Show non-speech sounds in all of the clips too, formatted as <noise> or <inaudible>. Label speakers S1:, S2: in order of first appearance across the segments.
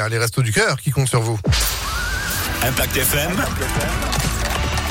S1: Ah, Les restos du cœur qui comptent sur vous.
S2: Impact FM,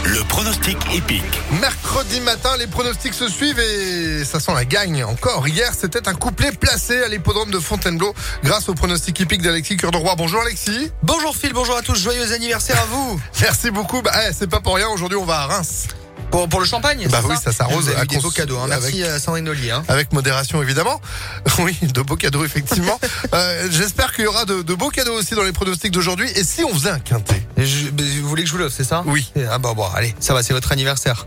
S2: le pronostic épique.
S1: Mercredi matin, les pronostics se suivent et ça sent la gagne encore. Hier, c'était un couplet placé à l'hippodrome de Fontainebleau grâce au pronostic épique d'Alexis Cœur de Roi. Bonjour Alexis.
S3: Bonjour Phil, bonjour à tous, joyeux anniversaire à vous
S1: Merci beaucoup. Bah, eh, c'est pas pour rien. Aujourd'hui, on va à Reims.
S3: Pour, pour le champagne
S1: Bah
S3: c'est
S1: oui, ça s'arrose
S3: Vous avez
S1: à
S3: eu des beaux
S1: cons-
S3: cadeaux, hein. merci euh, Sandrine Ollier. hein.
S1: Avec modération, évidemment. <laughs> Oui, de beaux cadeaux,
S3: <laughs>
S1: effectivement. Euh, J'espère qu'il y aura de, de beaux cadeaux aussi dans les pronostics d'aujourd'hui. Et si on faisait un quintet
S3: Je- mais vous voulez que je vous l'offre, c'est ça
S1: Oui.
S3: Ah bah bon, allez, ça va, c'est votre anniversaire.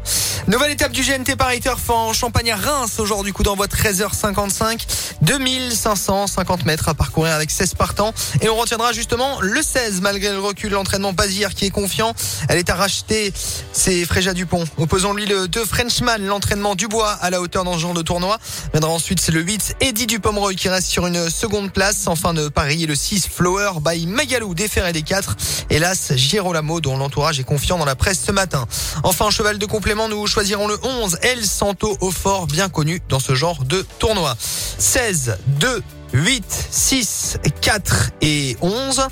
S3: Nouvelle étape du GNT Paris Turf en Champagne à Reims, aujourd'hui coup d'envoi 13h55, 2550 mètres à parcourir avec 16 partants. Et on retiendra justement le 16, malgré le recul, l'entraînement Bazir qui est confiant. Elle est à racheter, c'est Fréja Dupont. Opposons-lui le 2 Frenchman, l'entraînement Dubois à la hauteur dans ce genre de tournoi. Viendra ensuite c'est le 8 Eddie Dupomereux qui reste sur une seconde place. Enfin de parier le 6 Flower by Magalou déféré des 4. Hélas, Girolamo dont l'entourage est confiant dans la presse ce matin. Enfin, en cheval de complément, nous choisirons le 11 El Santo au fort, bien connu dans ce genre de tournoi. 16, 2, 8, 6, 4 et 11.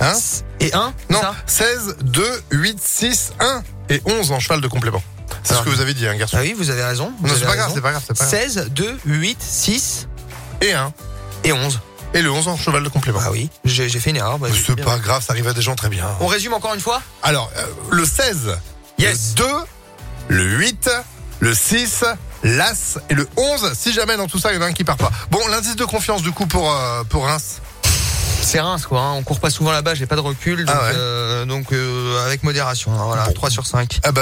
S1: Hein
S3: Et 1
S1: Non, 16, 2, 8, 6, 1 et 11 en cheval de complément. C'est ce
S3: Alors,
S1: que vous avez dit, hein, garçon.
S3: Ah oui, vous avez raison. vous
S1: Non, c'est
S3: avez
S1: pas grave,
S3: raison.
S1: c'est pas grave, c'est pas grave.
S3: 16, 2, 8, 6
S1: Et 1.
S3: et 11.
S1: Et le 11 en cheval de complément.
S3: Ah oui, j'ai j'ai fait une erreur. bah,
S1: Mais
S3: j'ai
S1: C'est
S3: bien.
S1: pas grave, ça arrive à des gens très bien.
S3: On résume encore une fois
S1: Alors, euh, le 16,
S3: Yes.
S1: le 2, le 8, le 6, l'As et le 11. Si jamais dans tout ça, il y en a un qui part pas. Bon, l'indice de confiance du coup pour, euh, pour Reims.
S3: C'est Reims, quoi. hein. On court pas souvent là-bas, j'ai pas de recul. Donc,
S1: Ah ouais.
S3: euh, donc, euh, avec modération. hein, voilà,
S1: Bon.
S3: 3 sur 5.